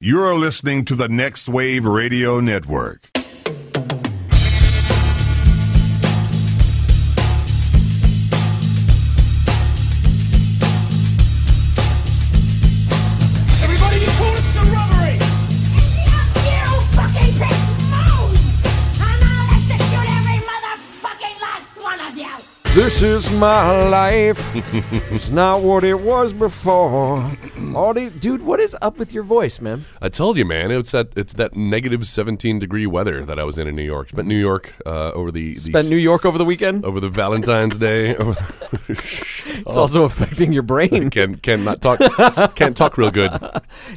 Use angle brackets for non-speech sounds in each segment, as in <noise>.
You're listening to the Next Wave Radio Network. Everybody, you call it the robbery! This is my life. <laughs> it's not what it was before. All these, dude, what is up with your voice, man? I told you, man, it's that it's that negative seventeen degree weather that I was in in New York. Spent New York uh, over the, the Spent New York over the weekend. over the Valentine's Day. <laughs> over- It's also affecting your <laughs> brain. can can not talk can't talk real good.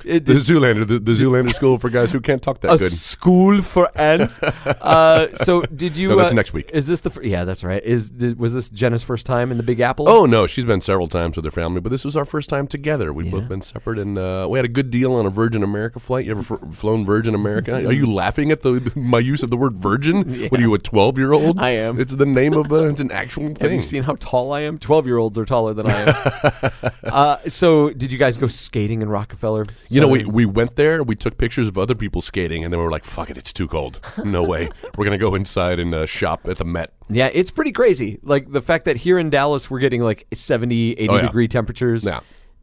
It- The Zoolander, the, the Zoolander school for guys who can't talk that a good. school for <laughs> ants. uh, so, did you? No, that's uh, next week. Is this the? Fir- yeah, that's right. Is did, was this Jenna's first time in the Big Apple? Oh no, she's been several times with her family, but this was our first time together. We've both been separate, and uh, we had a good deal on a Virgin America flight. You ever fr- flown Virgin <laughs> America? Are you laughing at the my use of the word Virgin? What are you, a twelve year old? I am. It's the name of a, it's an actual Have thing. you seen how tall I am? Twelve-year-olds are taller than I am. <laughs> uh, so, did you guys go skating in Rockefeller? You know, we, Center? we went there, we took pictures of other people skating, and then we were like, fuck it, it's too cold. No way. We're going to go inside and uh, shop at the Met. Yeah, it's pretty crazy. Like the fact that here in Dallas we're getting like 70, 80 Oh, yeah. degree temperatures. Yeah.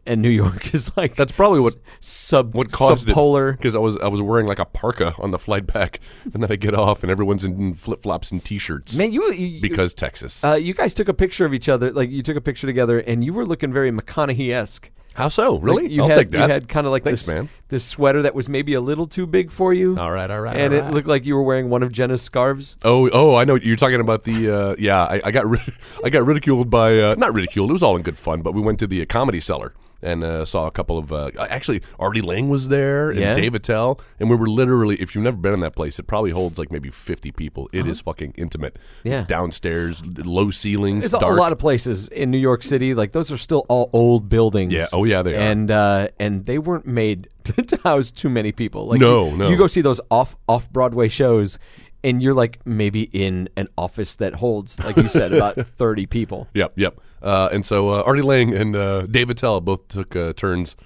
And New York <laughs> is like That's probably what- s- sub What caused subpolar. Because I was, I was wearing like a parka on the flight back, and then I get off, and everyone's in flip flops and t shirts. Man, you, you Because Texas. uh, you guys took a picture of each other. Like you took a picture together, and you were looking very McConaughey esque. How so? Really? you I'll had, take that. You had kind of like Thanks, this man. this sweater that was maybe a little too big for you. All right, all right. and all it right. looked like you were wearing one of Jenna's scarves. Oh, oh! I know you're talking about the uh, yeah. I, I got rid- <laughs> I got ridiculed by uh, not ridiculed. It was all in good fun, but we went to the uh, comedy cellar and uh, saw a couple of uh, actually Artie Lang was there and Yeah. Dave Attell, and we were literally if you've never been in that place, it probably holds like maybe 50 people. It is fucking intimate. Uh-huh. Yeah. downstairs, low ceilings, There's dark. a lot of places in New York City. Like those are still all old buildings. Yeah, oh, yeah, they are. And uh, and they weren't made <laughs> to, to house too many people. Like No, you, no. You go see those off off Broadway shows, and you're like maybe in an office that holds, like you said, <laughs> about thirty people. Yep, yep. Uh, and so uh, Artie Lang and uh, Dave Attell both took uh, turns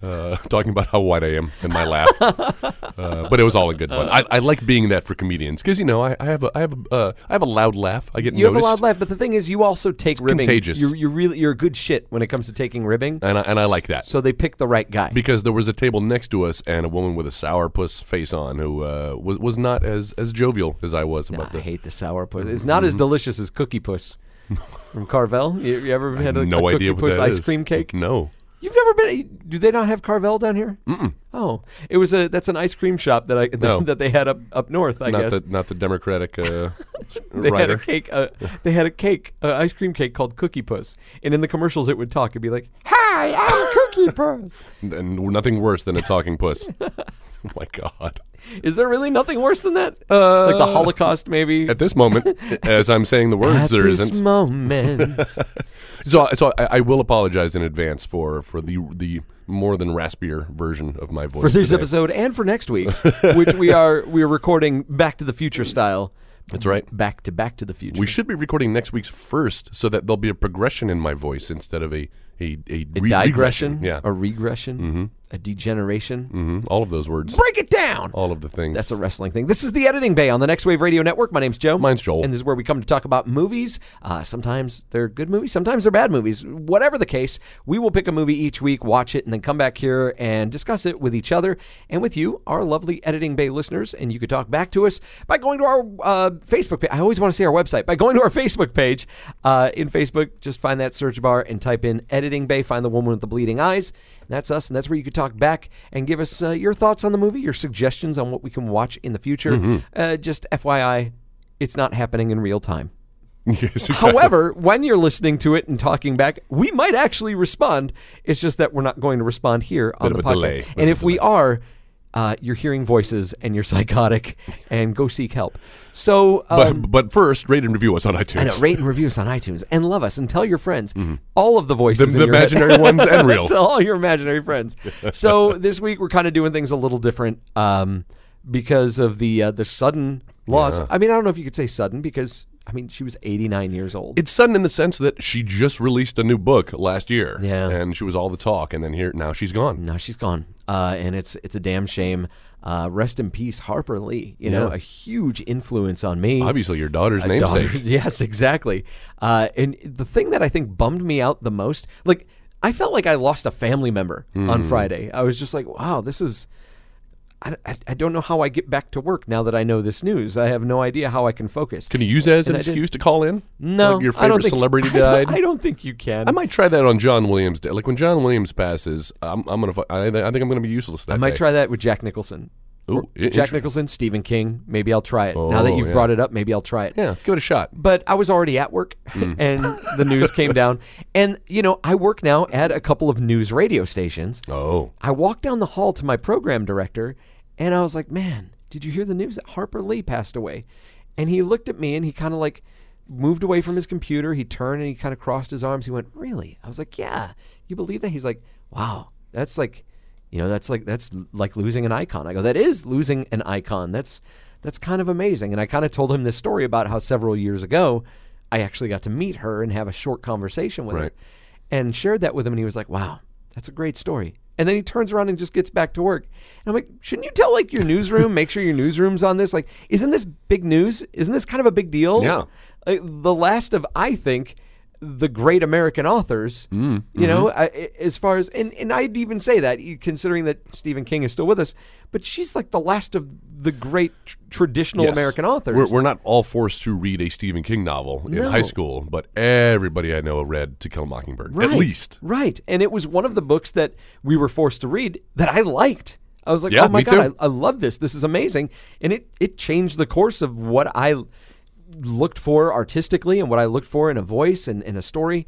uh, <laughs> talking about how white I am and my <laughs> laugh. uh, but it was all a good one. I, I like being that for comedians because you know I, I have a I have a uh, I have a loud laugh. I get You have noticed. a loud laugh, but the thing is, you also take ribbing. contagious. Uh, You're, you're really you're a good shit when it comes to taking ribbing. and I, and I like that. so they pick the right guy. because there was a table next to us and a woman with a sourpuss face on who uh, was was not as, as jovial as I was about I the hate the sour puss. It's not Mm-hmm. as delicious as cookie puss <laughs> from Carvel. You, you ever had a, no a cookie idea what puss that ice is. cream cake? No, You've never been? Do they not have Carvel down here? Mm-mm. Oh, it was a that's an ice cream shop that I <laughs> No. that they had up up north. I not guess the not the Democratic uh, <laughs> they had writer. a cake. Uh, they had a cake, uh, ice cream cake called Cookie Puss, and in the commercials it would talk. It'd be like, "Hi, <laughs> I'm Cookie Puss." and nothing worse than a talking puss. <laughs> oh my god. Is there really nothing worse than that? Uh, like the Holocaust, maybe. At this moment, as I'm saying the words, At there this isn't. <laughs> moment, so, so I, I will apologize in advance for for the the more than raspier version of my voice for this today. episode and for next week's, which we are we are recording Back to the Future style, That's right. back to Back to the Future. We should be recording next week's first, so that there'll be a progression in my voice instead of a a a, a re- digression, Yeah, Mm-hmm. a regression, a degeneration. Mhm. all of those words, Break it down. all of the things. Oh, That's a wrestling thing. This is the Editing Bay on the Next Wave Radio Network. My name's Joe. Mine's Joel. And this is where we come to talk about movies. Uh, sometimes they're good movies, sometimes they're bad movies. Whatever the case, we will pick a movie each week, watch it, and then come back here and discuss it with each other and with you, our lovely Editing Bay listeners. And you can talk back to us by going to our uh, Facebook page. I always want to say our website. By going to our <laughs> Facebook page uh, in Facebook, just find that search bar and type in Editing Bay, find the woman with the bleeding eyes. And that's us, and that's where you could talk back and give us uh, your thoughts on the movie, your suggestions on what we can watch in the future. Mm-hmm. Uh, just FYI, it's not happening in real time. <laughs> yes, exactly. <laughs> However, when you're listening to it and talking back, we might actually respond. It's just that we're not going to respond here on Bit the of a podcast. delay. Bit And of if a we are, uh, you're hearing voices and you're <laughs> psychotic, and go seek help. So, But, um, but first, rate and review us on iTunes. I know, rate and review us on iTunes and love us and tell your friends all of the Mm-hmm. the, voices. in the your head. <laughs> imaginary ones and real. to all your imaginary <laughs> friends. So this week we're kind of doing things a little different um, because of the uh, the sudden loss. I mean, I don't know if you could say sudden because I mean she was 89 years old. It's sudden in the sense that she just released a new book last year. Yeah. And she was all the talk, and then here now she's gone. now she's gone. uh, and it's it's a damn shame. Uh, rest in peace, Harper Lee. You know, Yeah. a huge influence on me. Obviously, your daughter's A daughter- namesake. <laughs> yes, exactly. Uh, and the thing that I think bummed me out the most, like I felt like I lost a family member on Hmm. Friday. I was just like, wow, this is. I, I, I don't know how I get back to work now that I know this news. I have no idea how I can focus. Can you use that as an I didn't- excuse to call in? no, Like your I favorite don't think, celebrity <laughs> I don't- died. I don't think you can. I might try that on John Williams Day. Like when John Williams passes, I'm, I'm gonna. fu- I, I think I'm gonna be useless that I might try that with Jack Nicholson. Ooh, Or i- Jack inter- Nicholson, Stephen King. Maybe I'll try it. now that Oh, you've yeah. brought it up, maybe I'll try it. Yeah, let's give it a shot. But I was already at work, <laughs> and the news came down. And you know, I work now at a couple of news radio stations. Oh, I walked down the hall to my program director, and I was like, "Man, did you hear the news that Harper Lee passed away?" And he looked at me, and he kind of like moved away from his computer. He turned and he kind of crossed his arms. He went, "Really?" I was like, "Yeah, you believe that?" He's like, "Wow, that's like." You know, that's like that's l- like losing an icon. I go, that is losing an icon. That's that's kind of amazing. And I kind of told him this story about how several years ago I actually got to meet her and have a short conversation with Right. her and shared that with him and he was like, "Wow, that's a great story." And then he turns around and just gets back to work. And I'm like, "Shouldn't you tell like your newsroom, make sure your newsroom's on this? Like, isn't this big news? Isn't this kind of a big deal?" Yeah. Like, the last of I think the great American authors, Mm, you know, mm-hmm. I, I- as far as and, and I'd even say that you- considering that Stephen King is still with us, but she's like the last of the great tr- traditional yes. American authors. We're, we're not all forced to read a Stephen King novel in No. high school, but everybody I know read To Kill a Mockingbird at Right, least. Right. And it was one of the books that we were forced to read that I liked. I was like, Yeah, oh my me God, too. I, I love this. This is amazing. And it, it changed the course of what I looked for artistically and what I looked for in a voice and in a story.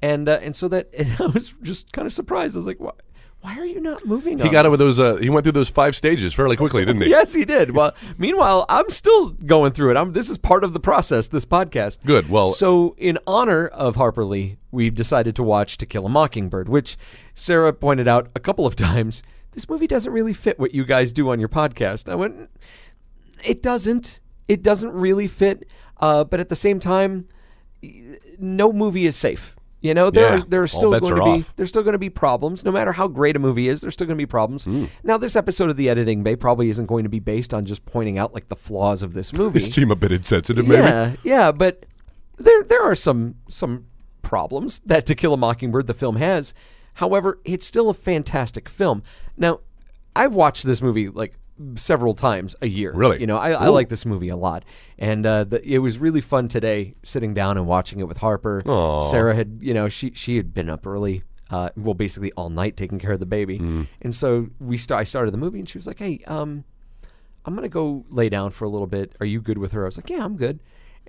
And uh, and so that <laughs> and I was just kind of surprised. I was like, why, why are you not moving? He got it with those. Uh, he went through those five stages fairly quickly, didn't he? Yes, he did. Well, meanwhile, I'm still going through it. I'm, this is part of the process, this podcast. Good. Well- so in honor of Harper Lee, we've decided to watch To Kill a Mockingbird, which Sarah pointed out a couple of times. This movie doesn't really fit what you guys do on your podcast. I went, it doesn't. It doesn't really fit. Uh, but at the same time, no movie is safe. You know, there are Yeah. there All are still bets going are to be off. there's still going to be problems. No matter how great a movie is, there's still going to be problems. Now, this episode of the Editing Bay probably isn't going to be based on just pointing out like the flaws of this movie. His team a bit insensitive, maybe. yeah, yeah, but there there are some some problems that To Kill a Mockingbird the film has. However, it's still a fantastic film. Now, I've watched this movie like several times a year. Really? you know, I, I like this movie a lot, and uh, the, it was really fun today sitting down and watching it with Harper. Sarah had, you know, she she had been up early, uh, well, basically all night taking care of the baby, Mm. and so we start. I started the movie, and she was like, "Hey, um, I'm gonna go lay down for a little bit. Are you good with her?" I was like, "Yeah, I'm good."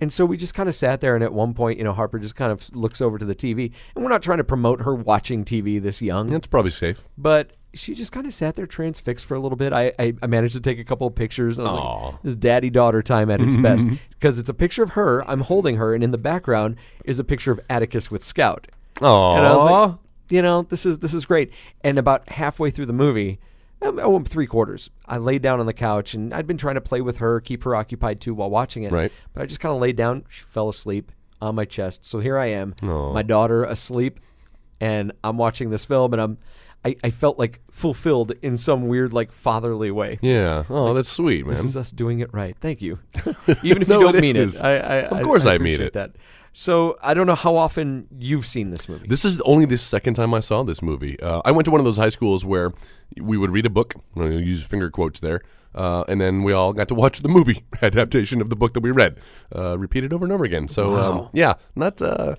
And so we just kind of sat there, and at one point, you know, Harper just kind of looks over to the TV, and we're not trying to promote her watching TV this young That's probably safe. but she just kind of sat there transfixed for a little bit. I, I, I managed to take a couple of pictures. And I was like, this daddy daughter time at its best because it's a picture of her. I'm holding her, and in the background is a picture of Atticus with Scout. Aww. And I was like, you know, this is this is great. And about halfway through the movie, um, oh, three quarters, I laid down on the couch, and I'd been trying to play with her, keep her occupied too while watching it. Right. But I just kind of laid down. She fell asleep on my chest. So here I am, my daughter asleep, and I'm watching this film, and I'm, I, I felt like fulfilled in some weird like fatherly way. yeah. Oh, that's sweet, man. This is us doing it right. Thank <laughs> you. Even if you No, don't it mean is. it, I, I, Of course I mean appreciate it. That. So I don't know how often you've seen this movie. This is only the second time I saw this movie. Uh, I went to one of those high schools where we would read a book. I'm going to use finger quotes there. Uh, and then we all got to watch the movie <laughs> adaptation of the book that we read, uh, repeated over and over again. So um, yeah, not uh,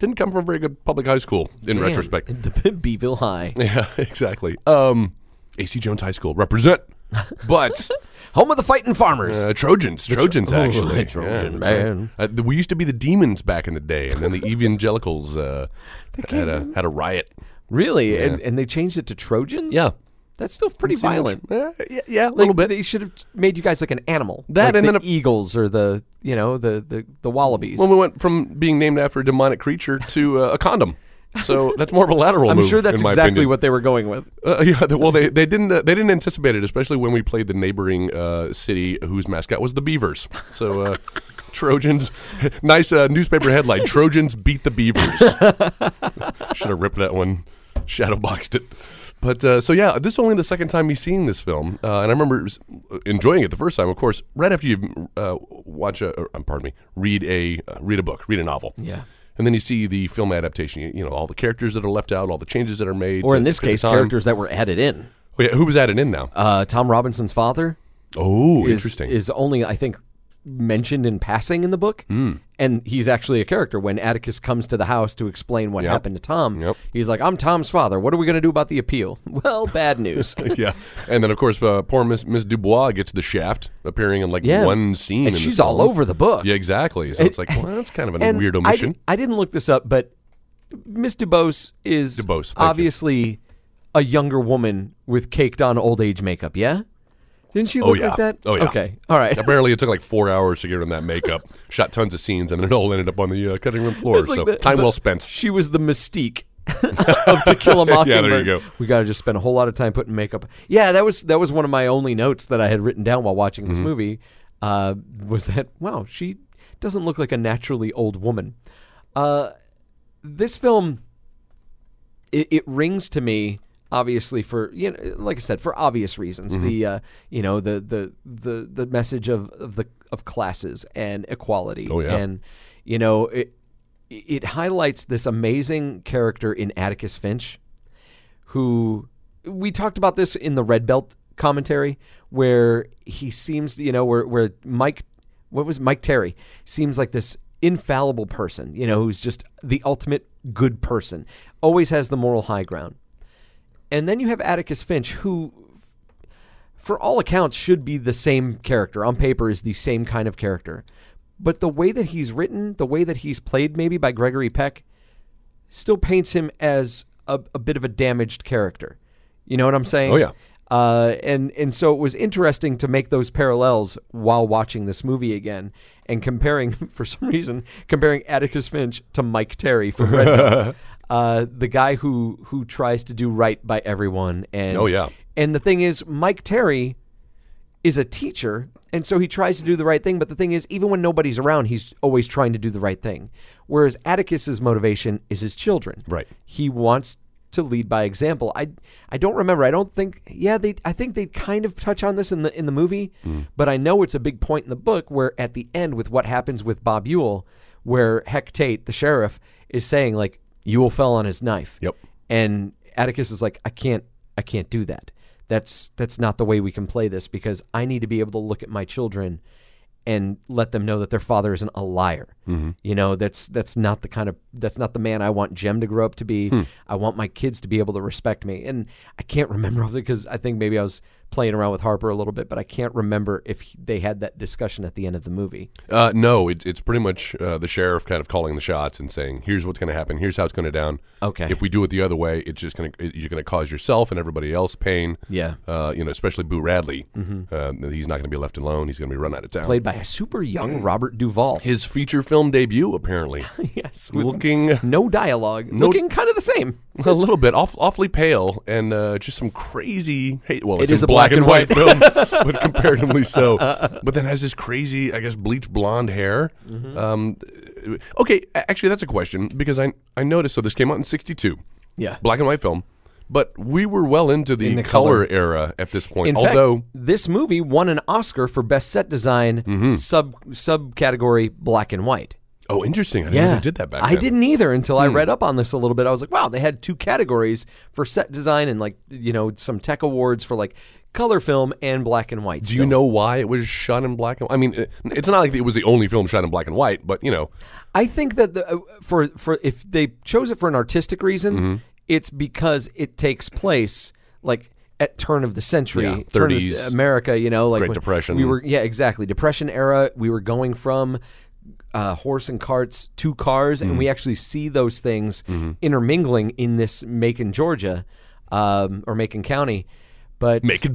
didn't come from a very good public high school in Damn. retrospect. <laughs> <laughs> Beeville High, Yeah, exactly. Um, AC Jones High School represent, <laughs> but home of the fighting farmers. uh, Trojans, Trojans Tro- oh, the actually. Trojan that's right. man. Uh, th- we used to be the demons back in the day, and <laughs> then the evangelicals uh, had a had a riot. really? And, and they changed it to Trojans? Yeah. That's still pretty Seems- violent. Eh, yeah, yeah, a little bit. They should have made you guys like an animal. That Like and the then a- eagles or the, you know, the, the, the wallabies. Well, we went from being named after a demonic creature to uh, a condom. So that's more of a lateral I'm move, sure that's in my exactly opinion. what they were going with. Uh, <laughs> yeah, th- well, they, they didn't uh, they didn't anticipate it, especially when we played the neighboring uh, city whose mascot was the Beavers. So <laughs> uh, Trojans, <laughs> nice uh, newspaper headline: <laughs> Trojans beat the Beavers. Should have ripped that one, shadow boxed it. But uh, so yeah, this is only the second time me seeing this film, uh, and I remember s- enjoying it the first time. Of course, right after you uh, watch a, or, um, pardon me, read a uh, read a book, read a novel, Yeah. and then you see the film adaptation. You, you know all the characters that are left out, all the changes that are made, Or to- in this to fit case, the time. characters that were added in. Oh, yeah, who was added in now? Uh, Tom Robinson's father oh, is, interesting. is only, I think, mentioned in passing in the book. Hmm. And he's actually a character. When Atticus comes to the house to explain what Yep. happened to Tom, Yep. he's like, I'm Tom's father. What are we going to do about the appeal? <laughs> Well, bad <laughs> news. <laughs> yeah, and then of course, uh, poor Miss Miss Dubois gets the shaft, appearing in like Yeah. one scene, in and the she's all film. over the book. Yeah, exactly. So it's like, well, that's kind of a And weird I omission. di- I, didn't look this up, but Miss DuBose is DuBose, thank you. obviously a younger woman with caked on old age makeup. Yeah, didn't she look yeah. like that? Oh, yeah. Okay. All right. Apparently, it took like four hours to get her in <laughs> that makeup. Shot tons of scenes, and it all ended up on the uh, cutting room floor. It's like so the- time the- well spent. She was the <laughs> mystique of To Kill a Mockingbird. Yeah, there you go. We got to just spend a whole lot of time putting makeup. Yeah, that was that was one of my only notes that I had written down while watching Mm-hmm. this movie. Uh, was that wow? She doesn't look like a naturally old woman. Uh, this film, it, it rings to me. Obviously, for you know, like I said, for obvious reasons, Mm-hmm. the uh, you know the the the the message of, of the of classes and equality, Oh, yeah. and you know it it highlights this amazing character in Atticus Finch, who we talked about this in the Red Belt commentary, where he seems, you know, where where Mike, what was Mike Terry, seems like this infallible person, you know, who's just the ultimate good person, always has the moral high ground, and then you have Atticus Finch, who, for all accounts, should be the same character on paper is the same kind of character, but the way that he's written, the way that he's played, maybe by Gregory Peck, still paints him as a, a bit of a damaged character. You know what I'm saying? Oh, yeah. Uh, and and so it was interesting to make those parallels while watching this movie again and comparing <laughs> for some reason comparing Atticus Finch to Mike Terry from Red <laughs> Bone, uh, the guy who who tries to do right by everyone and Oh, yeah. and the thing is Mike Terry is a teacher and so he tries to do the right thing but the thing is even when nobody's around he's always trying to do the right thing whereas atticus's motivation is his children Right. he wants to lead by example i i don't remember i don't think yeah they i think they kind of touch on this in the in the movie Hmm. but i know it's a big point in the book where at the end with what happens with bob Ewell where Heck Tate the sheriff is saying like Ewell fell on his knife Yep. and Atticus is like, I can't, I can't do that. That's that's not the way we can play this because I need to be able to look at my children and let them know that their father isn't a liar. You know, that's that's not the kind of that's not the man I want Jem to grow up to be. I want my kids to be able to respect me. And I can't remember because I think maybe I was playing around with Harper a little bit, but I can't remember if he- they had that discussion at the end of the movie. Uh, no, it's it's pretty much uh, the sheriff kind of calling the shots and saying, "Here's what's going to happen. Here's how it's going to down. Okay. If we do it the other way, it's just going to you're going to cause yourself and everybody else pain. Yeah. Mm-hmm. Uh, you know, especially Boo Radley. Uh, he's not going to be left alone. He's going to be run out of town. Played by a super young Robert Duvall. his feature film debut, apparently. <laughs> yes, with <laughs> Looking no dialogue, looking kind of the same. a little bit off, awfully pale and uh, just some crazy hate well It it's is in a black and white. film <laughs> but comparatively so but then has this crazy i guess bleached blonde hair Mm-hmm. um, okay a- actually that's a question because i i noticed so this came out in 62 Yeah. black and white film but we were well into the, In the color, era at this point In although fact, this movie won an Oscar for best set design Mm-hmm. sub subcategory black and white. oh interesting i didn't know they did that back I then. Hmm. didn't either until I read up on this a little bit. I was like, wow, they had two categories for set design and like you know some tech awards for like color film and black and white. do you know why it was shot in black and white? I mean, it- it's not like it was the only film shot in black and white, but you know, I think that the, uh, for for if they chose it for an artistic reason, Mm-hmm. it's because it takes place like at turn of the century, Yeah, turn of 30s, America. You know, like Great when Depression. We were yeah, exactly Depression era. We were going from. Uh, horse and carts to cars, and Mm-hmm. we actually see those things intermingling in this Macon, Georgia, um, or Macon County. But making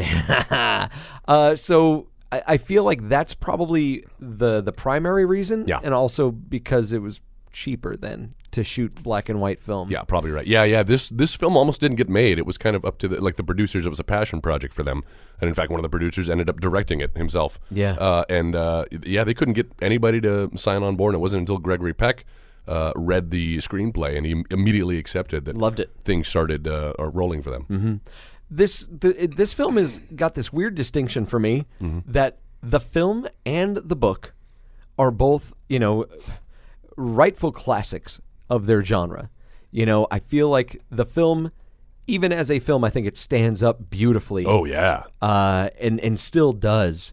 <laughs> uh, so I, I feel like that's probably the the primary reason, Yeah. and also because it was cheaper then to shoot black and white film. Yeah, probably right. Yeah, yeah. This this film almost didn't get made. It was kind of up to the like the producers. It was a passion project for them, and in fact, one of the producers ended up directing it himself. Yeah. uh, and uh, yeah, they couldn't get anybody to sign on board. And it wasn't until Gregory Peck. uh, read the screenplay and he immediately accepted that Loved it. things started uh, are rolling for them. Mm-hmm. this the, it- this film has got this weird distinction for me Mm-hmm. that the film and the book are both you know rightful classics of their genre. You know, I feel like the film, even as a film, I think it stands up beautifully Oh yeah, uh, and and still does.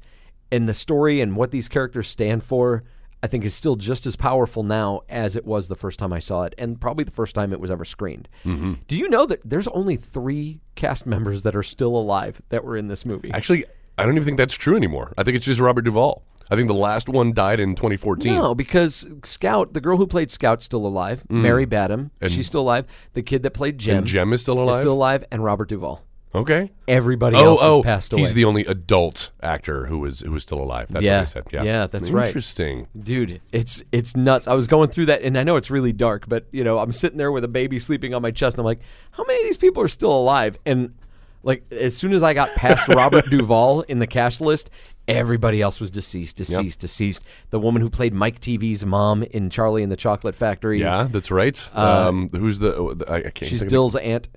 And the story and what these characters stand for, I think, is still just as powerful now as it was the first time I saw it, and probably the first time it was ever screened. Mm-hmm. Do you know that there's only three cast members that are still alive that were in this movie? actually, I don't even think that's true anymore. I think it's just Robert Duvall. I think the last one died in 2014. no, because Scout, the girl who played Scout's still alive. Mary Badham, she's still alive. The kid that played Jem, Mm. And Jem is still is alive. still alive, and Robert Duvall. okay. Everybody Oh, else oh, has passed away. he's the only adult actor who is who is still alive. That's Yeah. what I said. Yeah, Yeah, that's right. Interesting. Dude, it's it's nuts. I was going through that, and I know it's really dark, but you know, I'm sitting there with a baby sleeping on my chest, and I'm like, how many of these people are still alive? And like, as soon as I got <laughs> past Robert Duvall in the cast list, everybody else was deceased, deceased, deceased. The woman who played Mike TV's mom in Charlie and the Chocolate Factory, Yeah, that's right. um, who's the? oh, the- I, I can't. Uh, she's think of- Dill's aunt.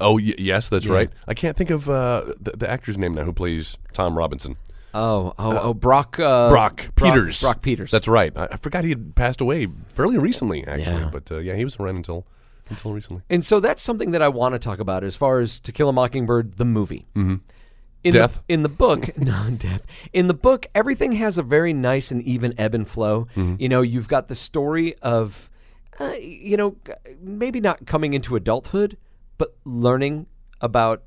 oh, y- yes, that's right. I can't think of uh, the, the actor's name now who plays Tom Robinson. Oh, oh, oh, Brock, uh, Brock Peters. Brock Peters. That's right. I, I forgot he had passed away fairly recently, actually. Yeah. But uh, yeah, he was around until until recently. And so that's something that I want to talk about as far as To Kill a Mockingbird, the movie. Mm-hmm. In Death. The, in the book, <laughs> no, death. In the book, everything has a very nice and even ebb and flow. You know, you've got the story of, uh, you know, g- maybe not coming into adulthood, but learning about,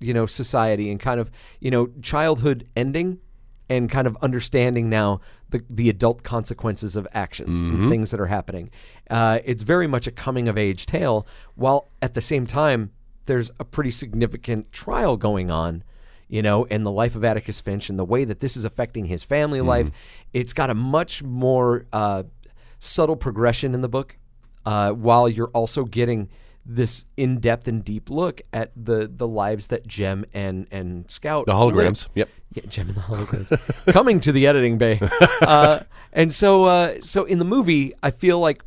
you know, society and kind of, you know, childhood ending and kind of understanding now the, the adult consequences of actions and things that are happening. Uh, it's very much a coming of age tale, while at the same time, there's a pretty significant trial going on, you know, in the life of Atticus Finch and the way that this is affecting his family Mm-hmm. life. It's got a much more uh, subtle progression in the book, uh, while you're also getting this in-depth and deep look at the the lives that Jem and and Scout The holograms. Yep. yeah, Gem and the Holograms. Coming to the editing bay. Uh, and so, uh, so in the movie, I feel like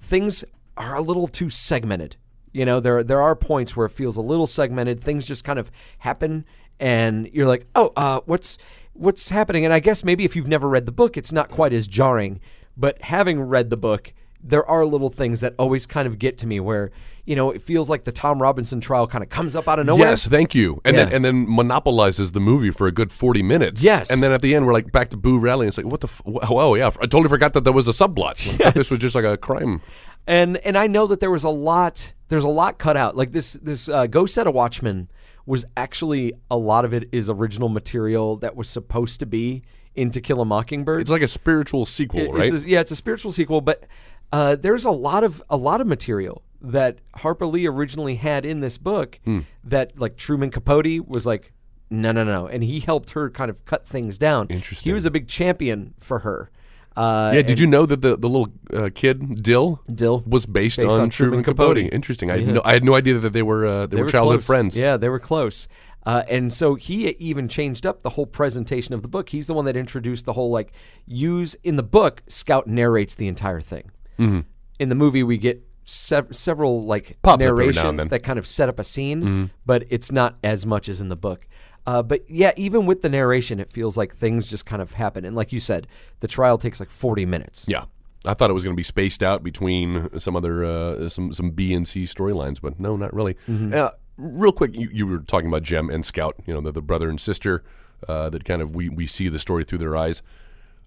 things are a little too segmented. You know, there there are points where it feels a little segmented. Things just kind of happen, and you're like, oh, uh, what's what's happening? And I guess maybe if you've never read the book, it's not quite as jarring. But having read the book, there are little things that always kind of get to me where you know it feels like the Tom Robinson trial kind of comes up out of nowhere. Yes, thank you. And then Yeah. and then monopolizes the movie for a good forty minutes. Yes. and then at the end we're like back to Boo Rally. And it's like what the f- oh yeah, I totally forgot that there was a subplot. I thought this was just like a crime. and and I know that there was a lot. There's a lot cut out. Like this this uh, Go Set a Watchman was actually a lot of it is original material that was supposed to be in To Kill a Mockingbird. It's like a spiritual sequel, It- right? It's a, yeah, it's a spiritual sequel, but uh, there's a lot of a lot of material that Harper Lee originally had in this book Hmm. that like Truman Capote was like, no, no, no, and he helped her kind of cut things down. He Interesting. was a big champion for her. Uh, yeah, did you know that the, the little uh, kid Dill Dill. was based, Based on, on Truman Truman Capote? Capote. Interesting. I, had no, I had no idea that they were uh, they, were, childhood close. friends. Yeah, they were close. Uh, and so he even changed up the whole presentation of the book. He's the one that introduced the whole like use in the book. Scout narrates the entire thing. In the movie, we get sev- several like Mm-hmm. Pop up every now and narrations then. Mm-hmm. that kind of set up a scene, but it's not as much as in the book. Uh, but yeah, even with the narration, it feels like things just kind of happen. And like you said, the trial takes like forty minutes. Yeah. I thought it was going to be spaced out between some other uh, some some B and C storylines, but no, not really. Uh, real quick, you, you were talking about Jem and Scout, you know, the, the brother and sister uh, that kind of we, we see the story through their eyes.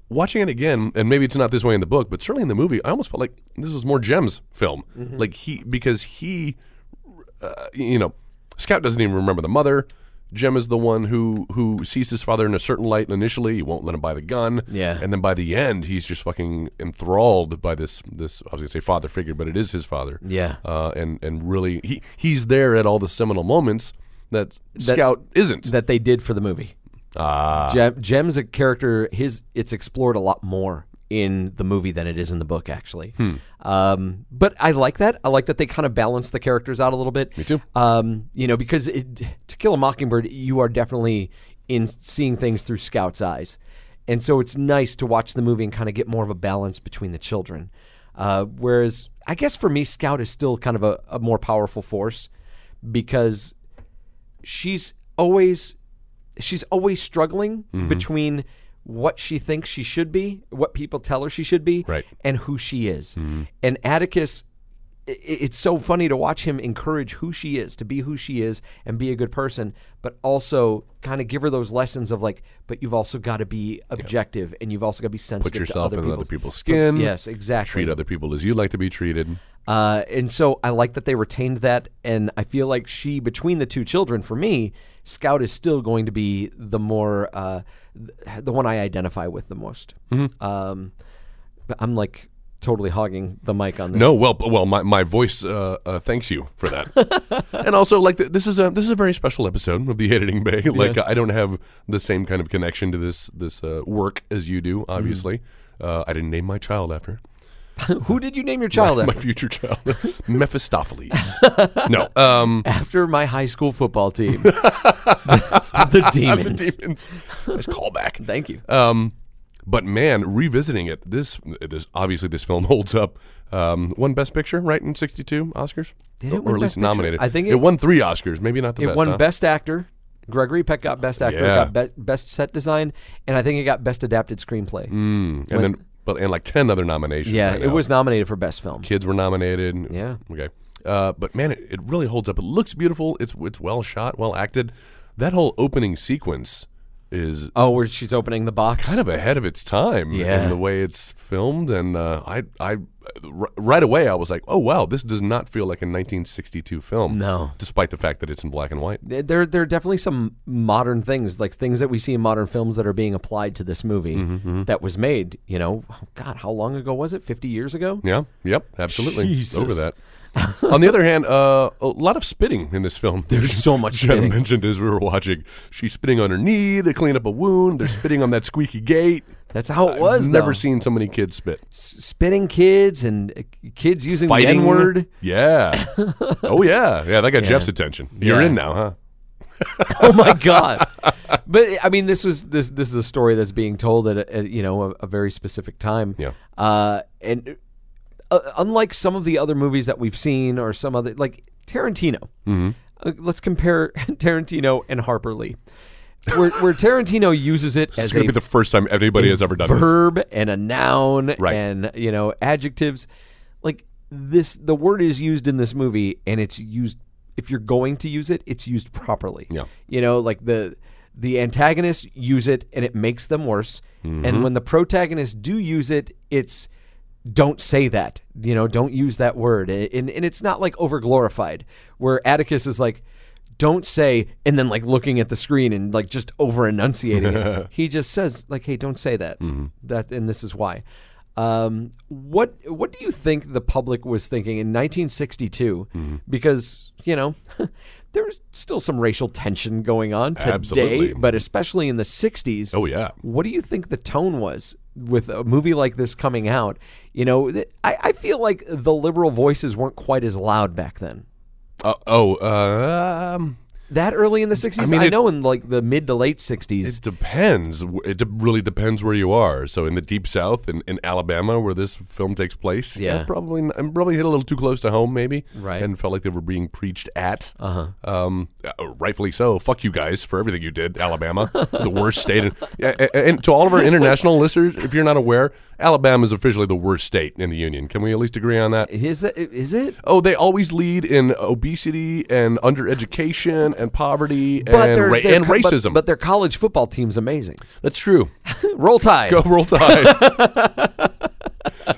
Watching it again, and maybe it's not this way in the book, but certainly in the movie, I almost felt like this was more Jem's film, like he because he, uh, you know, Scout doesn't even remember the mother. Jem is the one who who sees his father in a certain light initially. He won't let him buy the gun. Yeah. and and then by the end, he's just fucking enthralled by this this I was gonna say father figure, but it is his father. Yeah. Uh, and and really, he he's there at all the seminal moments that, Scout isn't. that they did for the movie. Ah. Gem, Gem's a character. His it's explored a lot more in the movie than it is in the book, actually. Um, but I like that. I like that they kind of balance the characters out a little bit. Me too. Um, you know, because it, to kill a mockingbird, you are definitely in seeing things through Scout's eyes, and so it's nice to watch the movie and kind of get more of a balance between the children. Uh, Uh, whereas, I guess for me, Scout is still kind of a, a more powerful force because she's always she's always struggling Mm-hmm. between what she thinks she should be, what people tell her she should be, Right. Mm-hmm. and who she is. And Atticus, i- i- it's so funny to watch him encourage who she is, to be who she is and be a good person, but also kind of give her those lessons of like, but you've also got to be objective and you've also got to be sensitive Put yourself to other in other people's- people's skin. Yes, exactly. Treat other people as you like to be treated. Uh, and so I like that they retained that, and I feel like she, between the two children, for me, Scout is still going to be the more uh, th- the one I identify with the most. Mm-hmm. Um, but I'm like totally hogging the mic on this. No, well, p- well, my, my voice uh, uh, thanks you for that, <laughs> and also like th- this is a this is a very special episode of the Editing Bay. Like I don't have the same kind of connection to this this uh, work as you do. Mm-hmm. Obviously, uh, I didn't name my child after Who did you name your child <laughs> my after? future child, <laughs> Mephistopheles. no, um, after my high school football <laughs> team, <laughs> the I'm the demons. <laughs> demons. Nice callback. Thank you. Um, but man, revisiting it, this this obviously this film <laughs> holds up. Um, won Best Picture, right in '62 Oscars, Did it or, win or at Best least Picture? nominated. I think it, it- won three Oscars, maybe not the It best. won huh? Best Actor. Gregory Peck got Best Actor, Yeah. got be- Best Set Design, and I think it got Best Adapted Screenplay. and then but and like ten other nominations. yeah, Mm, I it know. was nominated for Best Film. kids were nominated. Yeah. Okay. Uh, but man, it, it really holds up. It looks beautiful. It's it's well shot, well acted. That whole opening sequence is Oh, where she's opening the box. kind of ahead of its time Yeah. in the way it's filmed, and uh, I I r- right away I was like, oh wow, this does not feel like a 1962 film. No. despite the fact that it's in black and white. there there are definitely some modern things like things that we see in modern films that are being applied to this movie Mm-hmm, that was made you know oh, god how long ago was it 50 years ago Yeah. Yep. Absolutely. Jesus. Over that. <laughs> On the other hand, uh, a lot of spitting in this film. There's so much Jenna spitting. mentioned as we were watching. She's spitting on her knee to clean up a wound. They're spitting on that squeaky gate. that's how it was I've never though. seen so many kids spit. S- spitting kids and uh, kids using Fighting the n-word Yeah. oh yeah. Yeah. That got Jeff's attention. You're Yeah. in now, huh? oh <laughs> my god but i mean this was this this is a story that's being told at, a, at you know a, a very specific time Yeah. uh and uh, unlike some of the other movies that we've seen or some other like tarantino Mm-hmm. uh, let's compare <laughs> tarantino and harper lee where, where tarantino uses <laughs> it It's as gonna a be the first time anybody has ever done this. verb and a noun Right. and you know adjectives like this the word is used in this movie and it's used if you're going to use it it's used properly Yeah. you know like the the antagonists use it and it makes them worse and when the protagonists do use it it's don't say that you know don't use that word A- and, and it's not like over glorified where atticus is like don't say and then like looking at the screen and like just over enunciating it. he just says like hey don't say that that and this is why um, what what do you think the public was thinking in 1962 Mm-hmm. because you know <laughs> there's still some racial tension going on today Absolutely. but especially in the 60s Oh, yeah. what do you think the tone was with a movie like this coming out you know th- I, I feel like the liberal voices weren't quite as loud back then Uh, oh. uh, um, that early in the 60s i, mean, it- know in like the mid to late 60s It depends. W- It de- really depends where you are. So in the deep south, in, in Alabama, where this film takes place, Yeah. probably n- and probably hit a little too close to home, maybe, Right. and felt like they were being preached at. Uh-huh. Um, uh, rightfully so. Fuck you guys for everything you did, Alabama, the worst state. In, <laughs> Yeah, a- a- and to all of our international <laughs> listeners, if you're not aware, Alabama is officially the worst state in the union. Can we at least agree on that? is that is it Oh, they always lead in obesity and undereducation and poverty and, they're- ra- they're and co- but- racism. But, their college football team's amazing. That's true. Roll Tide. Go roll tide.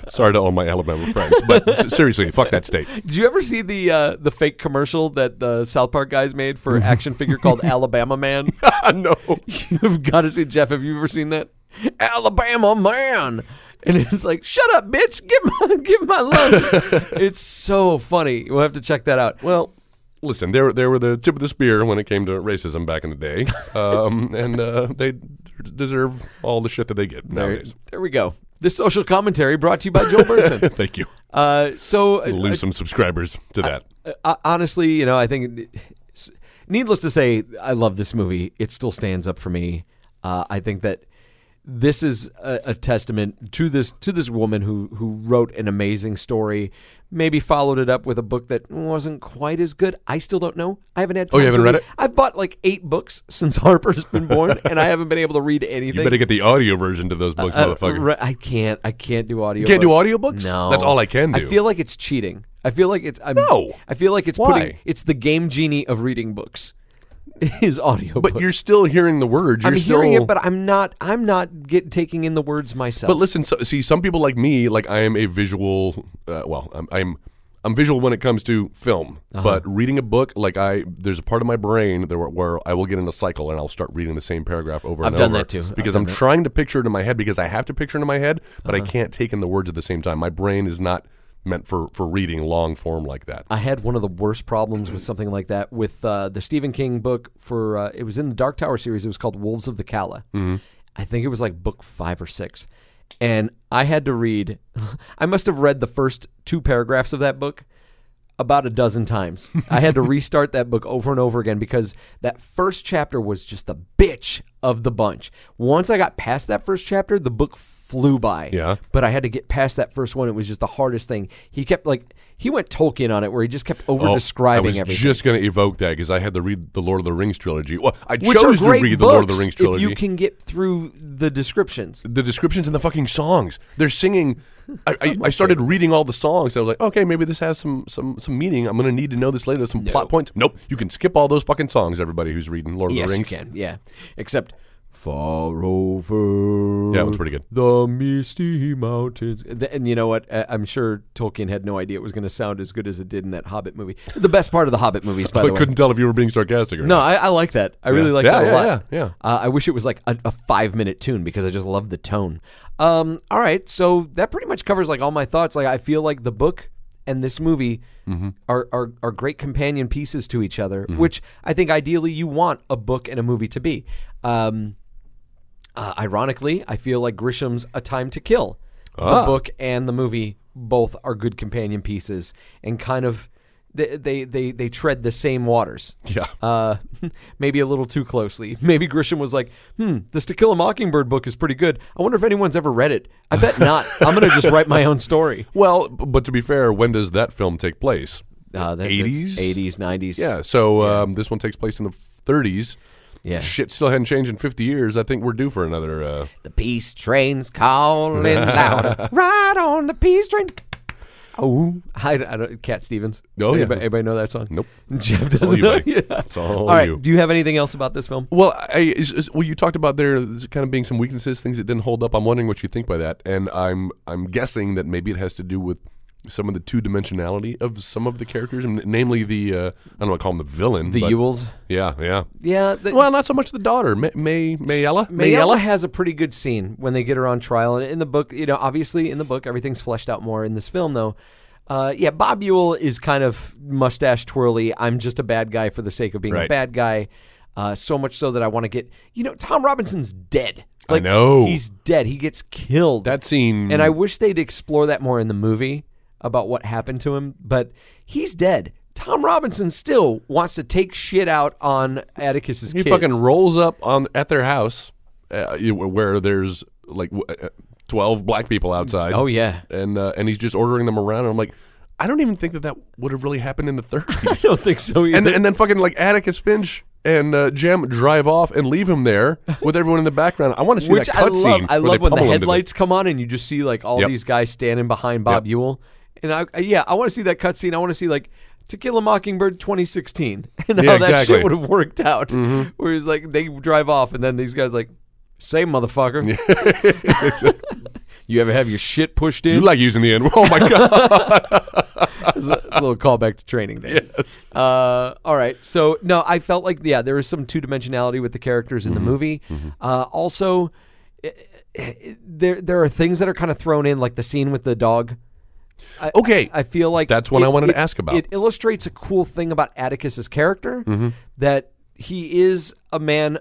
Sorry to all my Alabama friends, but s- seriously, fuck <laughs> that state. <laughs> Did you ever see the uh, the fake commercial that the South Park guys made for action figure called Alabama Man? no. You've got to see Jeff. Have you ever seen that? Alabama Man. And it's like, shut up, bitch. Give my <laughs> give my lunch. it's so funny. We'll have to check that out. Well, listen, they were they were the tip of the spear when it came to racism back in the day, um, and uh, they d- deserve all the shit that they get There, <laughs> nowadays. there we go. This social commentary brought to you by Joel <laughs> Burton. Thank you. Uh, so uh, We'll lose some subscribers to that. uh, honestly, you know, I think, needless to say, I love this movie. It still stands up for me. Uh, I think that this is a, a testament to this to this woman who who wrote an amazing story. Maybe followed it up with a book that wasn't quite as good. I still don't know. I haven't had. Time Oh, you haven't to read it? I've bought like eight books since <laughs> Harper's been born, and I haven't been able to read anything. <laughs> You better get the audio version to those books, I- motherfucker. right, I can't. I can't do audio. can't do audiobooks? No, That's all I can I do. feel like it's cheating. I feel like it's. I'm, No. I feel like it's Why? putting. It's the game genie of reading books. <laughs> Is audio, But you're still hearing the words. You're I'm still, hearing it, but I'm not. I'm not get, taking in the words myself. But listen, so, see, some people like me, like I am a visual. Uh, well, I'm, I'm I'm visual when it comes to film, Uh-huh. but reading a book, like I, there's a part of my brain there where, where I will get in a cycle and I'll start reading the same paragraph over I've and done over. that too. I've Because done I'm that. Uh-huh. trying to picture it in my head because I have to picture it in my head, but I can't take in the words at the same time. My brain is not meant for for reading long form like that. I had one of the worst problems with something like that with uh, the Stephen King book for uh, it was in the Dark Tower series. It was called Wolves of the Cala. Mm-hmm. I think it was like book five or six, and I had to read. <laughs> I must have read the first two paragraphs of that book about a dozen times. I <laughs> had to restart that book over and over again because that first chapter was just the bitch of the bunch. Once I got past that first chapter, the book flew by Yeah. but I had to get past that first one. It was just the hardest thing. He kept like he went Tolkien on it, where he just kept over Oh, describing I was everything. just going to evoke that because I had to read the Lord of the Rings trilogy. Well, I which chose are to great read books the Lord of the Rings if trilogy. you can get through the descriptions. the descriptions and the fucking songs. They're singing. <laughs> I, I, I started reading all the songs. I was like, okay, maybe this has some some some meaning. I'm gonna need to know this later. Some plot points. Nope. You can skip all those fucking songs. Everybody who's reading Lord of Yes, the you Rings. can. Yeah, except far over. Yeah, that one's pretty good. The misty mountains, Th- and you know what? I- I'm sure Tolkien had no idea it was going to sound as good as it did in that Hobbit movie. The best part of the Hobbit movies, by <laughs> I the way. couldn't tell if you were being sarcastic or No, not. I, I like that. I really Yeah. like Yeah, that a yeah, lot. yeah, yeah. Uh, I wish it was like a, a five minute tune because I just love the tone. Um, all right, so that pretty much covers like all my thoughts. Like I feel like the book and this movie Mm-hmm. are, are are great companion pieces to each other, which I think ideally you want a book and a movie to be. Um, uh, ironically, I feel like Grisham's A Time to Kill, Ah. the book and the movie, both are good companion pieces and kind of they they they, they tread the same waters. Yeah. Uh, <laughs> maybe a little too closely. Maybe Grisham was like, "Hmm, this To Kill a Mockingbird book is pretty good. I wonder if anyone's ever read it. I bet not. I'm gonna just write my own story." Well, b- but to be fair, when does that film take place? Uh, that- that's 80s? 80s, 90s. Yeah. So um, this one takes place in the 30s. Yeah. Shit still hadn't changed in 50 years. I think we're due for another. Uh, The peace train's calling <laughs> louder. Ride on the peace train. Oh, I, I don't. Cat Stevens. Oh, yeah. anybody, anybody know that song? Nope. <laughs> Jeff all doesn't you, know. buddy. <laughs> Yeah. It's all right. you. Do you have anything else about this film? Well, I is, is, well, you talked about there kind of being some weaknesses, things that didn't hold up. I'm wondering what you think by that, and I'm I'm guessing that maybe it has to do with some of the two dimensionality of some of the characters, and namely the uh, I don't know, I call him the villain, The but- Ewells. Yeah, yeah. Yeah. The, Well, not so much the daughter, May May Mayella. Mayella has a pretty good scene when they get her on trial, and in the book, you know, obviously in the book everything's fleshed out more. In this film, though, uh, yeah, Bob Ewell is kind of mustache twirly. I'm just a bad guy for the sake of being a Right. bad guy. Uh, so much so that I want to get, you know, Tom Robinson's dead. I know. he's dead. He gets killed. That Mm. scene, And I wish they'd explore that more in the movie about what happened to him, but he's dead. Tom Robinson still wants to take shit out on Atticus's he kids. fucking rolls up on at their house, uh, you- where there's like w- uh, twelve black people outside. Oh, yeah. and uh, and he's just ordering them around, and I'm like. I don't even think that that would have really happened in the 30s. <laughs> I don't think so either. and then, and then fucking like Atticus Finch and uh, Jem drive off and leave <laughs> him there with everyone in the background. I want to see Which that I cut love. scene I love where they when the pummel him to headlights come on and you just see like all Yep. these guys standing behind Bob Ewell. And I, yeah, I want to see that cutscene. I want to see like To Kill a Mockingbird 2016 <laughs> and how Yeah, that exactly. Mm-hmm. shit would have worked out. <laughs> Where he's like, they drive off and then these guys like, same motherfucker. <laughs> <laughs> you ever have your shit pushed in? You like using the end? <laughs> <laughs> Oh my god! It's a it's a little callback to training day. <laughs> Yes. Uh, all right. So no, I felt like yeah, there was some two dimensionality with the characters in Mm-hmm. the movie. Uh, also, i- i- there there are things that are kind of thrown in, like the scene with the dog. I, Okay. I feel like That's what I wanted to ask about. It Mm-hmm. illustrates a cool thing about Atticus's character that he is a man,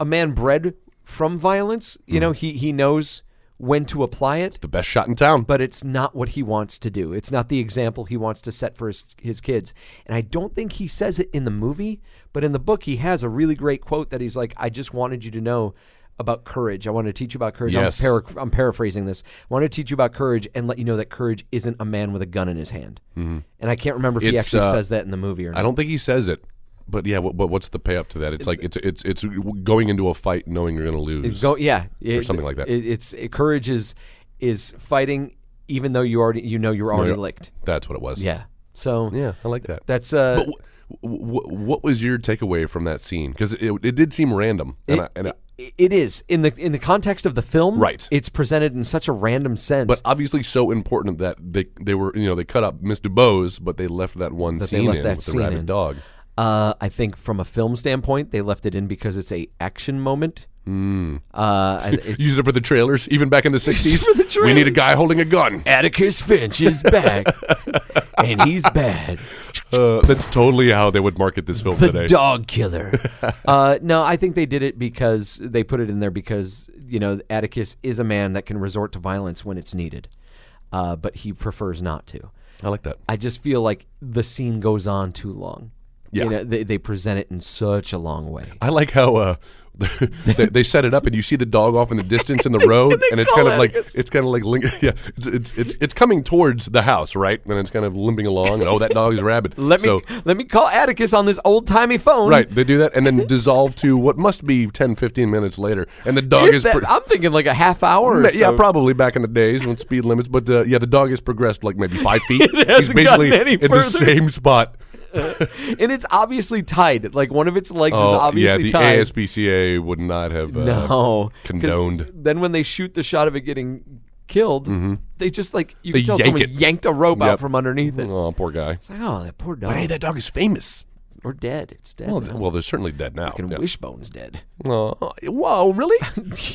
a man bred from violence. You Mm-hmm. know, he he knows when to apply it the best shot in town. but it's not what he wants to do. It's not the example he wants to set for his, his kids. And I don't think he says it in the movie, but in the book, he has a really great quote that he's like, I just wanted you to know about courage. I want to teach you about courage. Yes. I'm, para- I'm paraphrasing this. I want to teach you about courage and let you know that courage isn't a man with a gun in his hand. Mm-hmm. And I can't remember if he It's, actually uh, says that in the movie or not. I don't think he says it, but yeah. What, what, what's the payoff to that? It's like it's it's it's going into a fight knowing you're going to lose. Go, yeah, it- something like that. It, it's it, courage is is fighting even though you already you know you're already you're- licked. That's what it was. Yeah. So yeah. I like that. that's uh, But wh- wh- what was your takeaway from that scene? Because it, it did seem random, and, I, and I, i- it is in the in the context of the film. Right. It's presented in such a random sense. but obviously so important that they they were you know they cut up Miss DuBose, but they left that one they scene left in that with scene the rabid in. dog. uh, I think from a film standpoint, they left it in because it's a action moment. Hmm. Uh, <laughs> and it's, Used it for the trailers, even <laughs> back in the sixties. for the we need a trailers. guy holding <laughs> a gun. Atticus Finch <laughs> is back, and he's bad. Uh, that's totally how they would market this film the today. dog <laughs> killer. uh, no, I think they did it because they put it in there because you know Atticus is a man that can resort to violence when it's needed, uh, but he prefers not to. I like that. I just feel like the scene goes on too long. Yeah. You know, they, they present it in such a long way. I like how uh, <laughs> they, they set it up, and you see the dog off in the distance <laughs> in the road, and it's kind of like it's kind of like link, <laughs> yeah, it's, it's it's it's coming towards the house, right? And it's kind of limping along, and oh, that dog is <laughs> rabid. Let me so, let me call Atticus on this old timey phone. Right, they do that and then dissolve to what must be 10, 15 minutes later, and the dog If is that- pro- I'm thinking like a half hour. Or yeah, so. probably back in the days when speed limits, but uh, yeah, the dog has progressed like maybe five <laughs> feet. He's hasn't gotten basically any in the further. same spot. and it's obviously tied. Like one of its legs Oh, is yeah, obviously the tied. ASPCA would not have uh, No, 'Cause condoned. Mm-hmm. Then when they shoot the shot of it getting killed, they just like you They can tell yank someone it. yanked a rope out Yep. from underneath it. Oh, poor guy. It's like, oh, that poor Hey, dog. that dog is famous. Or dead. It's dead. Well, now. th- well, they're certainly dead now. Fucking Yeah. Wishbone's dead. <laughs> Oh, whoa, really?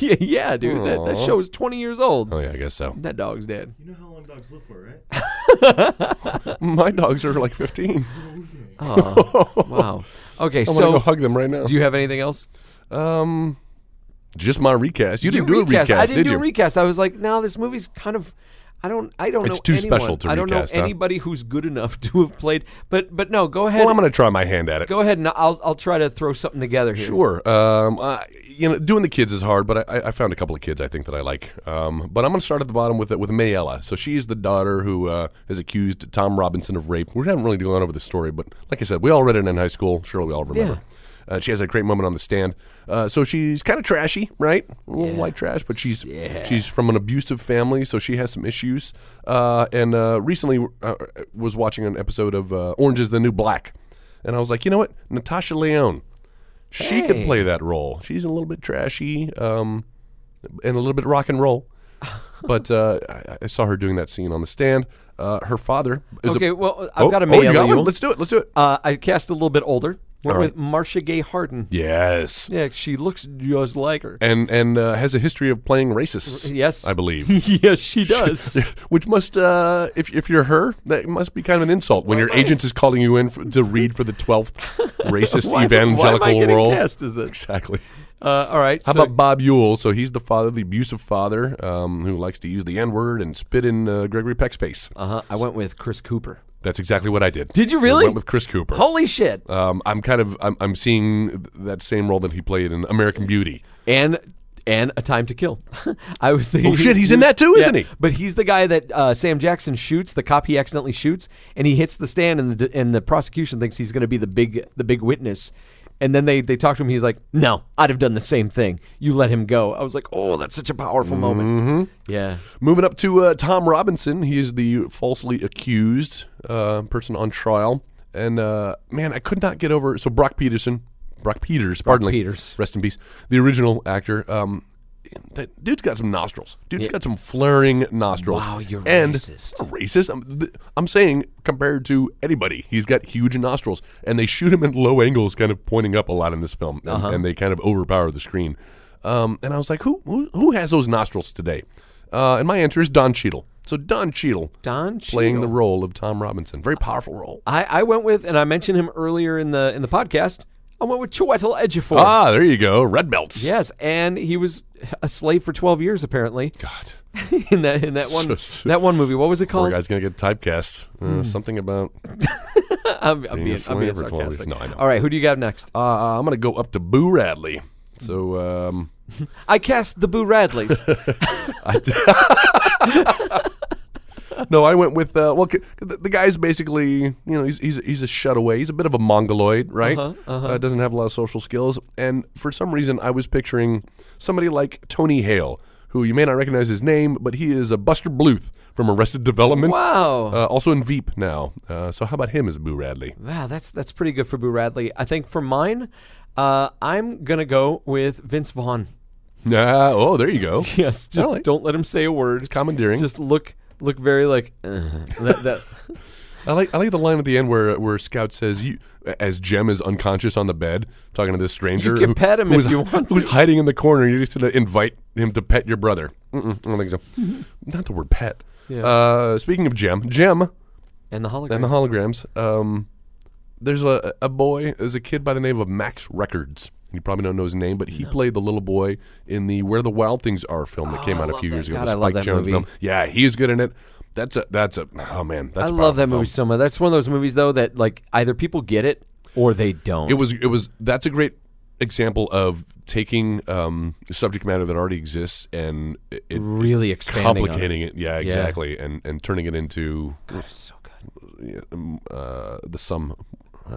yeah, yeah, dude. That, that show is 20 years old. oh yeah, I guess so. That dog's dead. You know how long dogs live for, right? My dogs are like fifteen. <laughs> Wow. Okay, I'm so gonna go hug them right now. do you have anything else? um, just my recast. You didn't You do a recast, I didn't did do a you? recast. I was like, no, this movie's kind of. I don't. I don't It's know too anyone. special to I don't recast, know huh? anybody who's good enough <laughs> to have played. But but no, go ahead. well, I'm gonna try my hand at it. Go ahead and I'll I'll try to throw something together here. Sure. Um, I, you know, doing the kids is hard, but I, I found a couple of kids I think that I like. Um, but I'm going to start at the bottom with it with Mayella. So she's the daughter who uh, is accused Tom Robinson of rape. We haven't really gone over the story, but like I said, we all read it in high school. Surely we all remember. Uh, she has a great moment on the stand. Uh, so she's kind of trashy, right? A little white trash, but she's she's from an abusive family, so she has some issues. Uh, and uh, recently, uh, was watching an episode of uh, Orange Is the New Black, and I was like, you know what, Natasha Leone. She could Hey. play that role. She's a little bit trashy um, and a little bit rock and <laughs> roll. But uh, I, I saw her doing that scene on the stand. Uh, her father is Okay, A, well, I've oh, got a oh, you mail got you. one? Let's do it. Let's do it. Uh, I cast a little bit older. Went All with Marcia Gay Harden. Yes. Yeah, she looks just like her. And and uh, has a history of playing racists. Yes. I <laughs> <laughs> believe. yes, she <laughs> does. Which must, uh, if if you're her, that must be kind of an insult when your agent is calling you in for, to read for the twelfth <laughs> racist Why- evangelical why am I getting role. cast as this? Exactly. Uh, all right. How so- about Bob Yule? So he's the father, the abusive father, um, who likes to use the N word and spit in uh, Gregory Peck's face. Uh-huh, I went with Chris Cooper. That's exactly what I did. Did you I really? went with Chris Cooper. Holy shit! um, I'm kind of I'm, I'm seeing th- that same role that he played in American Beauty. and and a time to kill. <laughs> I was thinking. Oh, shit, he's in that too, isn't he? But he's the guy that uh, Sam Jackson shoots, the cop he accidentally shoots, and he hits the stand, and the and the prosecution thinks he's going to be the big the big witness. And then they, they talk to him. He's like, "No, I'd have done the same thing. You let him go." I was like, "Oh, that's such a powerful moment." Mm-hmm. Yeah, Moving up to uh, Tom Robinson, he is the falsely accused uh, person on trial, and uh, man, I could not get over. So Brock Peterson, Brock Peters, pardon me, Peters. rest in peace, the original actor. Um, that dude's got some nostrils. Dude's got some flaring nostrils. Wow, you're and racist. I'm not racist. I'm, th- I'm saying compared to anybody, he's got huge nostrils, and they shoot him at low angles, kind of pointing up a lot in this film, and, Uh-huh. and they kind of overpower the screen. Um, and I was like, who who, who has those nostrils today? Uh, and my answer is Don Cheadle. So Don Cheadle, Don playing the Cheadle. Ah. role of Tom Robinson, very powerful role. I, I went with, and I mentioned him earlier in the in the podcast. I went with Chiwetel Ejiofor. Ah, there you go, red belts. Yes, and he was a slave for twelve years apparently God, <laughs> in that in that <laughs> one that one movie. What was it poor called? guy's gonna get typecast. Uh, Hmm. Something about I'm, I'm being, a I'm being slave for 12 years. sarcastic. No, I know. All right, who do you got next? Uh, I'm going to go up to Boo Radley, So um, I cast the Boo Radleys. <laughs> no, I went with uh, well, c- the, the guy's basically you know he's he's he's a shutaway. He's a bit of a mongoloid, right? Uh-huh, uh doesn't have a lot of social skills, and for some reason, I was picturing somebody like Tony Hale, who you may not recognize his name, but he is a Buster Bluth from Arrested Development. Wow. Uh, also in Veep now. Uh, so how about him as Boo Radley? <laughs> wow, that's that's pretty good for Boo Radley. I think for mine, uh, I'm gonna go with Vince Vaughn. <laughs> Nah, oh, there you go. Yes, just like- don't let him say a word. It's commandeering. Just look look very like uh, that, that- I like I like the line at the end where where Scout says you as Jem is unconscious on the bed talking to this stranger. You can pet him if is- you want Who's to. hiding in the corner? You're just gonna invite him to pet your brother. Mm-mm, I don't <laughs> think so. Not the word pet. Yeah. Uh, speaking of Jem, Jem and the <laughs> hologram. and the holograms. Um, there's a a boy. There's a kid by the name of Max Records. You probably don't know his name, but he played the little boy in the Where the Wild Things Are film that came Oh, I out a love few that. years ago. God, the I love Spike that Jones movie. film. Yeah, he's good in it. That's a that's a oh man. That's I a love that powerful movie film. so much. That's one of those movies though that like either people get it or they don't. It was it was that's a great example of taking um, subject matter that already exists and it, it- Really expanding on it. complicating it. Yeah, exactly, and and turning it into so good. uh, the sum.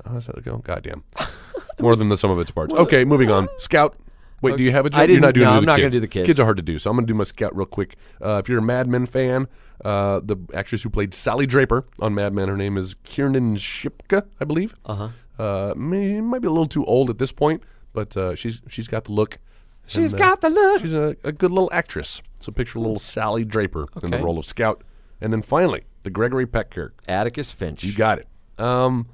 How does that go? Goddamn, more than the sum of its parts. Okay, moving on. Scout. Wait, do you have a I joke? You're didn't- not doing no, the I'm not gonna kids. do the kids. Kids are hard to do, so I'm going to do my scout real quick. Uh, if you're a Mad Men fan, uh, the actress who played Sally Draper on Mad Men, her name is Kiernan Shipka, I believe. Uh-huh. Uh may- Might be a little too old at this point, but uh, she's she's got the look. She's She's got the look. She's a, a good little actress. So picture little Sally Draper in the Okay. role of Scout, and then finally the Gregory Peck character. Atticus Finch. You got it. Um,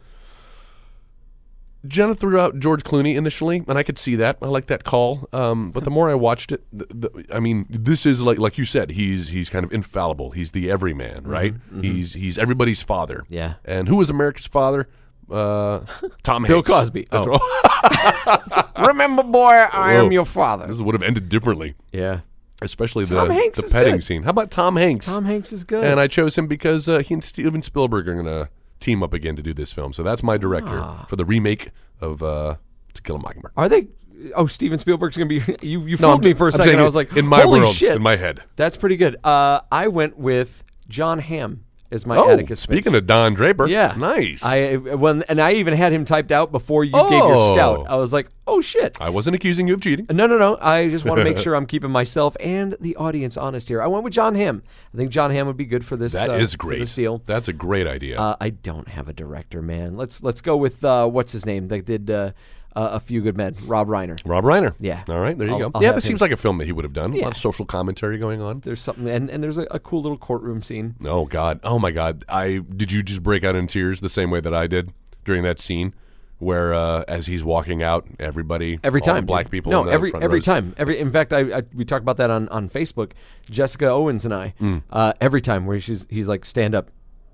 Jenna threw out George Clooney initially, and I could see that. I like that call. Um, but the more I watched it, the, the, I mean, this is like like you said, he's he's kind of infallible. He's the everyman, right? He's he's everybody's father. Mm-hmm. Yeah. And who was America's father? <laughs> Uh, Tom Bill Hanks. Cosby. That's Oh. Oh. <laughs> right. <laughs> Remember, boy, I Whoa. am your father. this would have ended differently, Yeah. especially the Tom Hanks the is petting good. scene. How about Tom Hanks? Tom Hanks is good. and I chose him because uh, he and Steven Spielberg are going to team up again to do this film. So that's my director for the remake of uh, To Kill a Mockingbird. Are they? Oh, Steven Spielberg's gonna be. <laughs> You you No, fooled me for a I'm second. saying I was like, in my holy world, shit, in my head. that's pretty good. Uh, I went with John Hamm as my Oh, Atticus. Finch. speaking of Don Draper, yeah, nice. I when and I even had him typed out before you gave your Oh. scout. I was like, oh shit. I wasn't accusing you of cheating. No, no, no. I just want to <laughs> make sure I'm keeping myself and the audience honest here. I went with John Hamm. I think John Hamm would be good for this. That is uh, for great. this deal. That's a great idea. Uh, I don't have a director, man. Let's let's go with uh, what's his name that did uh, uh, a few good men, Rob Reiner. Rob Reiner. yeah. All right, there you I'll- go. I'll yeah, have this him. seems like a film that he would have done. A Yeah. lot of social commentary going on. There's something, and, and there's a, a cool little courtroom scene. Oh God! Oh my God! I did you just break out in tears the same way that I did during that scene, where uh, as he's walking out, everybody, Every all the time, black dude. people, No, in the every front every rows. time, every. In fact, I, I we talked about that on, on Facebook. Jessica Owens and I. Mm. Uh, every time where she's he's like, stand up,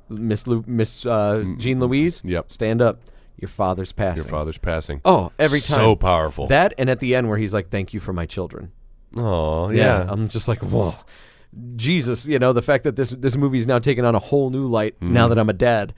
Miss Lu, Miss uh, Jean Louise. Mm. Yep. Stand up. Your father's passing. Your father's passing. Oh, every time. So powerful. That and at the end where he's like, "Thank you for my children." Oh Yeah, yeah. I'm just like, whoa, Jesus! You know the fact that this this movie is now taking on a whole new light Mm-hmm. now that I'm a dad.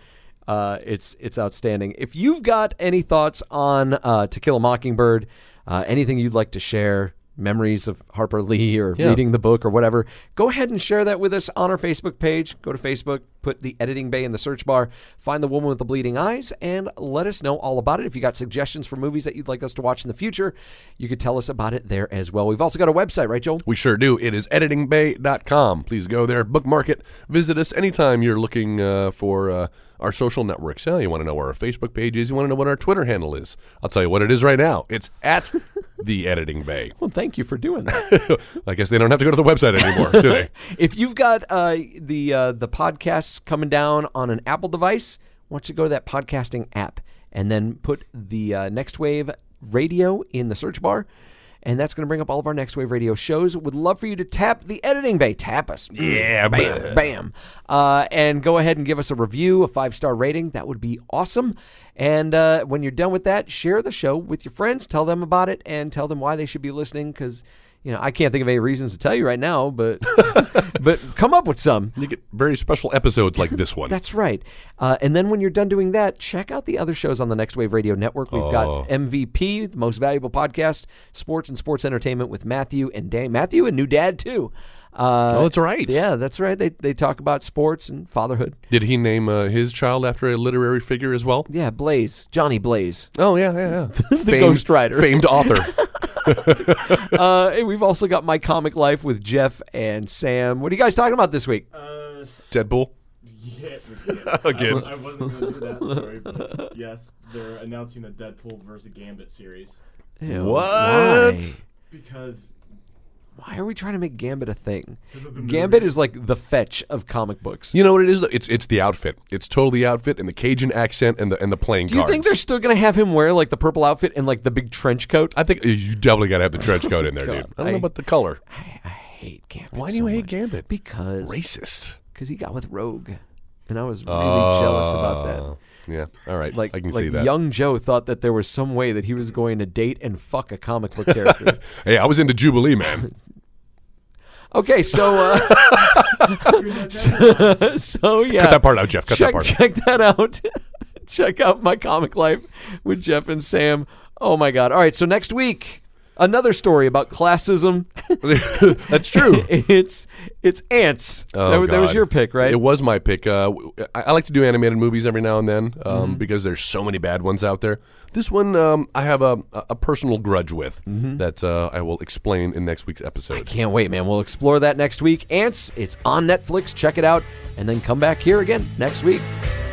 Uh, it's it's outstanding. If you've got any thoughts on uh, To Kill a Mockingbird, uh, anything you'd like to share, memories of Harper Lee or Yeah. reading the book or whatever, go ahead and share that with us on our Facebook page. Go to Facebook, put the editing bay in the search bar, find the woman with the bleeding eyes, and let us know all about it. If you got suggestions for movies that you'd like us to watch in the future, you could tell us about it there as well. We've also got a website, right, Joel? We sure do. It is editingbay.com. Please go there, bookmark it, visit us anytime you're looking uh, for uh, our social networks. Hell, you want to know where our Facebook page is, you want to know what our Twitter handle is. I'll tell you what it is right now. It's at <laughs> the editing bay. <laughs> Well, thank you for doing that. I guess they don't have to go to the website anymore, do they? If you've got uh, the uh, the podcasts coming down on an Apple device, why don't you go to that podcasting app and then put the uh, Next Wave Radio in the search bar, and that's going to bring up all of our Next Wave Radio shows. Would love for you to tap the editing bay, tap us, Yeah, bam, bam, uh, and go ahead and give us a review, a five star rating. That would be awesome. And uh, when you're done with that, share the show with your friends, tell them about it, and tell them why they should be listening because. you know, I can't think of any reasons to tell you right now, <laughs> but but come up with some. You get very special episodes like this one. That's right. Uh, and then when you're done doing that, check out the other shows on the Next Wave Radio Network. We've got MVP, the most valuable podcast, sports and sports entertainment with Matthew and Dan. Matthew and new dad too. Uh, Oh, that's right. Yeah, that's right. They they talk about sports and fatherhood. Did he name uh, his child after a literary figure as well? Yeah, Blaze, Johnny Blaze. Oh yeah, <laughs> yeah, yeah. The Ghost Rider. famed author. Uh, and we've also got My Comic Life with Jeff and Sam. What are you guys talking about this week? <laughs> <laughs> Deadpool. Yeah, Again. I, I wasn't going to do that story, but yes, they're announcing a Deadpool versus Gambit series Ew, What? Why? because Why are we trying to make Gambit a thing? of the Gambit is like the fetch of comic books. You know what it is? though? It's it's the outfit. It's totally the outfit and the Cajun accent and the and the playing Do you think they're still going to have him wear like the purple outfit and like the big trench coat? I think uh, you definitely got to have the trench <laughs> coat in there, dude. I don't know I- about the color. I, I hate Gambit. Why so do you hate much. Gambit? Because Racist. cause he got with Rogue, and I was really jealous about that. Oh, Yeah. All right. Like, I can like see that. young Joe thought that there was some way that he was going to date and fuck a comic book <laughs> character. <laughs> Hey, I was into Jubilee, man. okay, so uh, <laughs> so, so, yeah, Cut that part out, Jeff. Cut check, that part. out. check that out. <laughs> check out my comic life with Jeff and Sam. Oh my god! All right, so next week another story about classism. <laughs> <laughs> That's true. it's it's ants. Oh, that, wa- that was God. your pick, right? It was my pick. Uh, w- I, I like to do animated movies every now and then Mm-hmm. um, because there's so many bad ones out there. This one um, I have a, a personal grudge with that uh, I will explain in next week's episode. Mm-hmm. Can't wait, man. We'll explore that next week. Ants, it's on Netflix. Check it out, and then come back here again next week.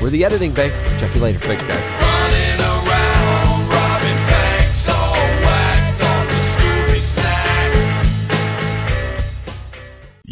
We're the Editing Bay. Check you later. Thanks, guys. Running around, robbing banks, all whacked on the Scooby Snacks.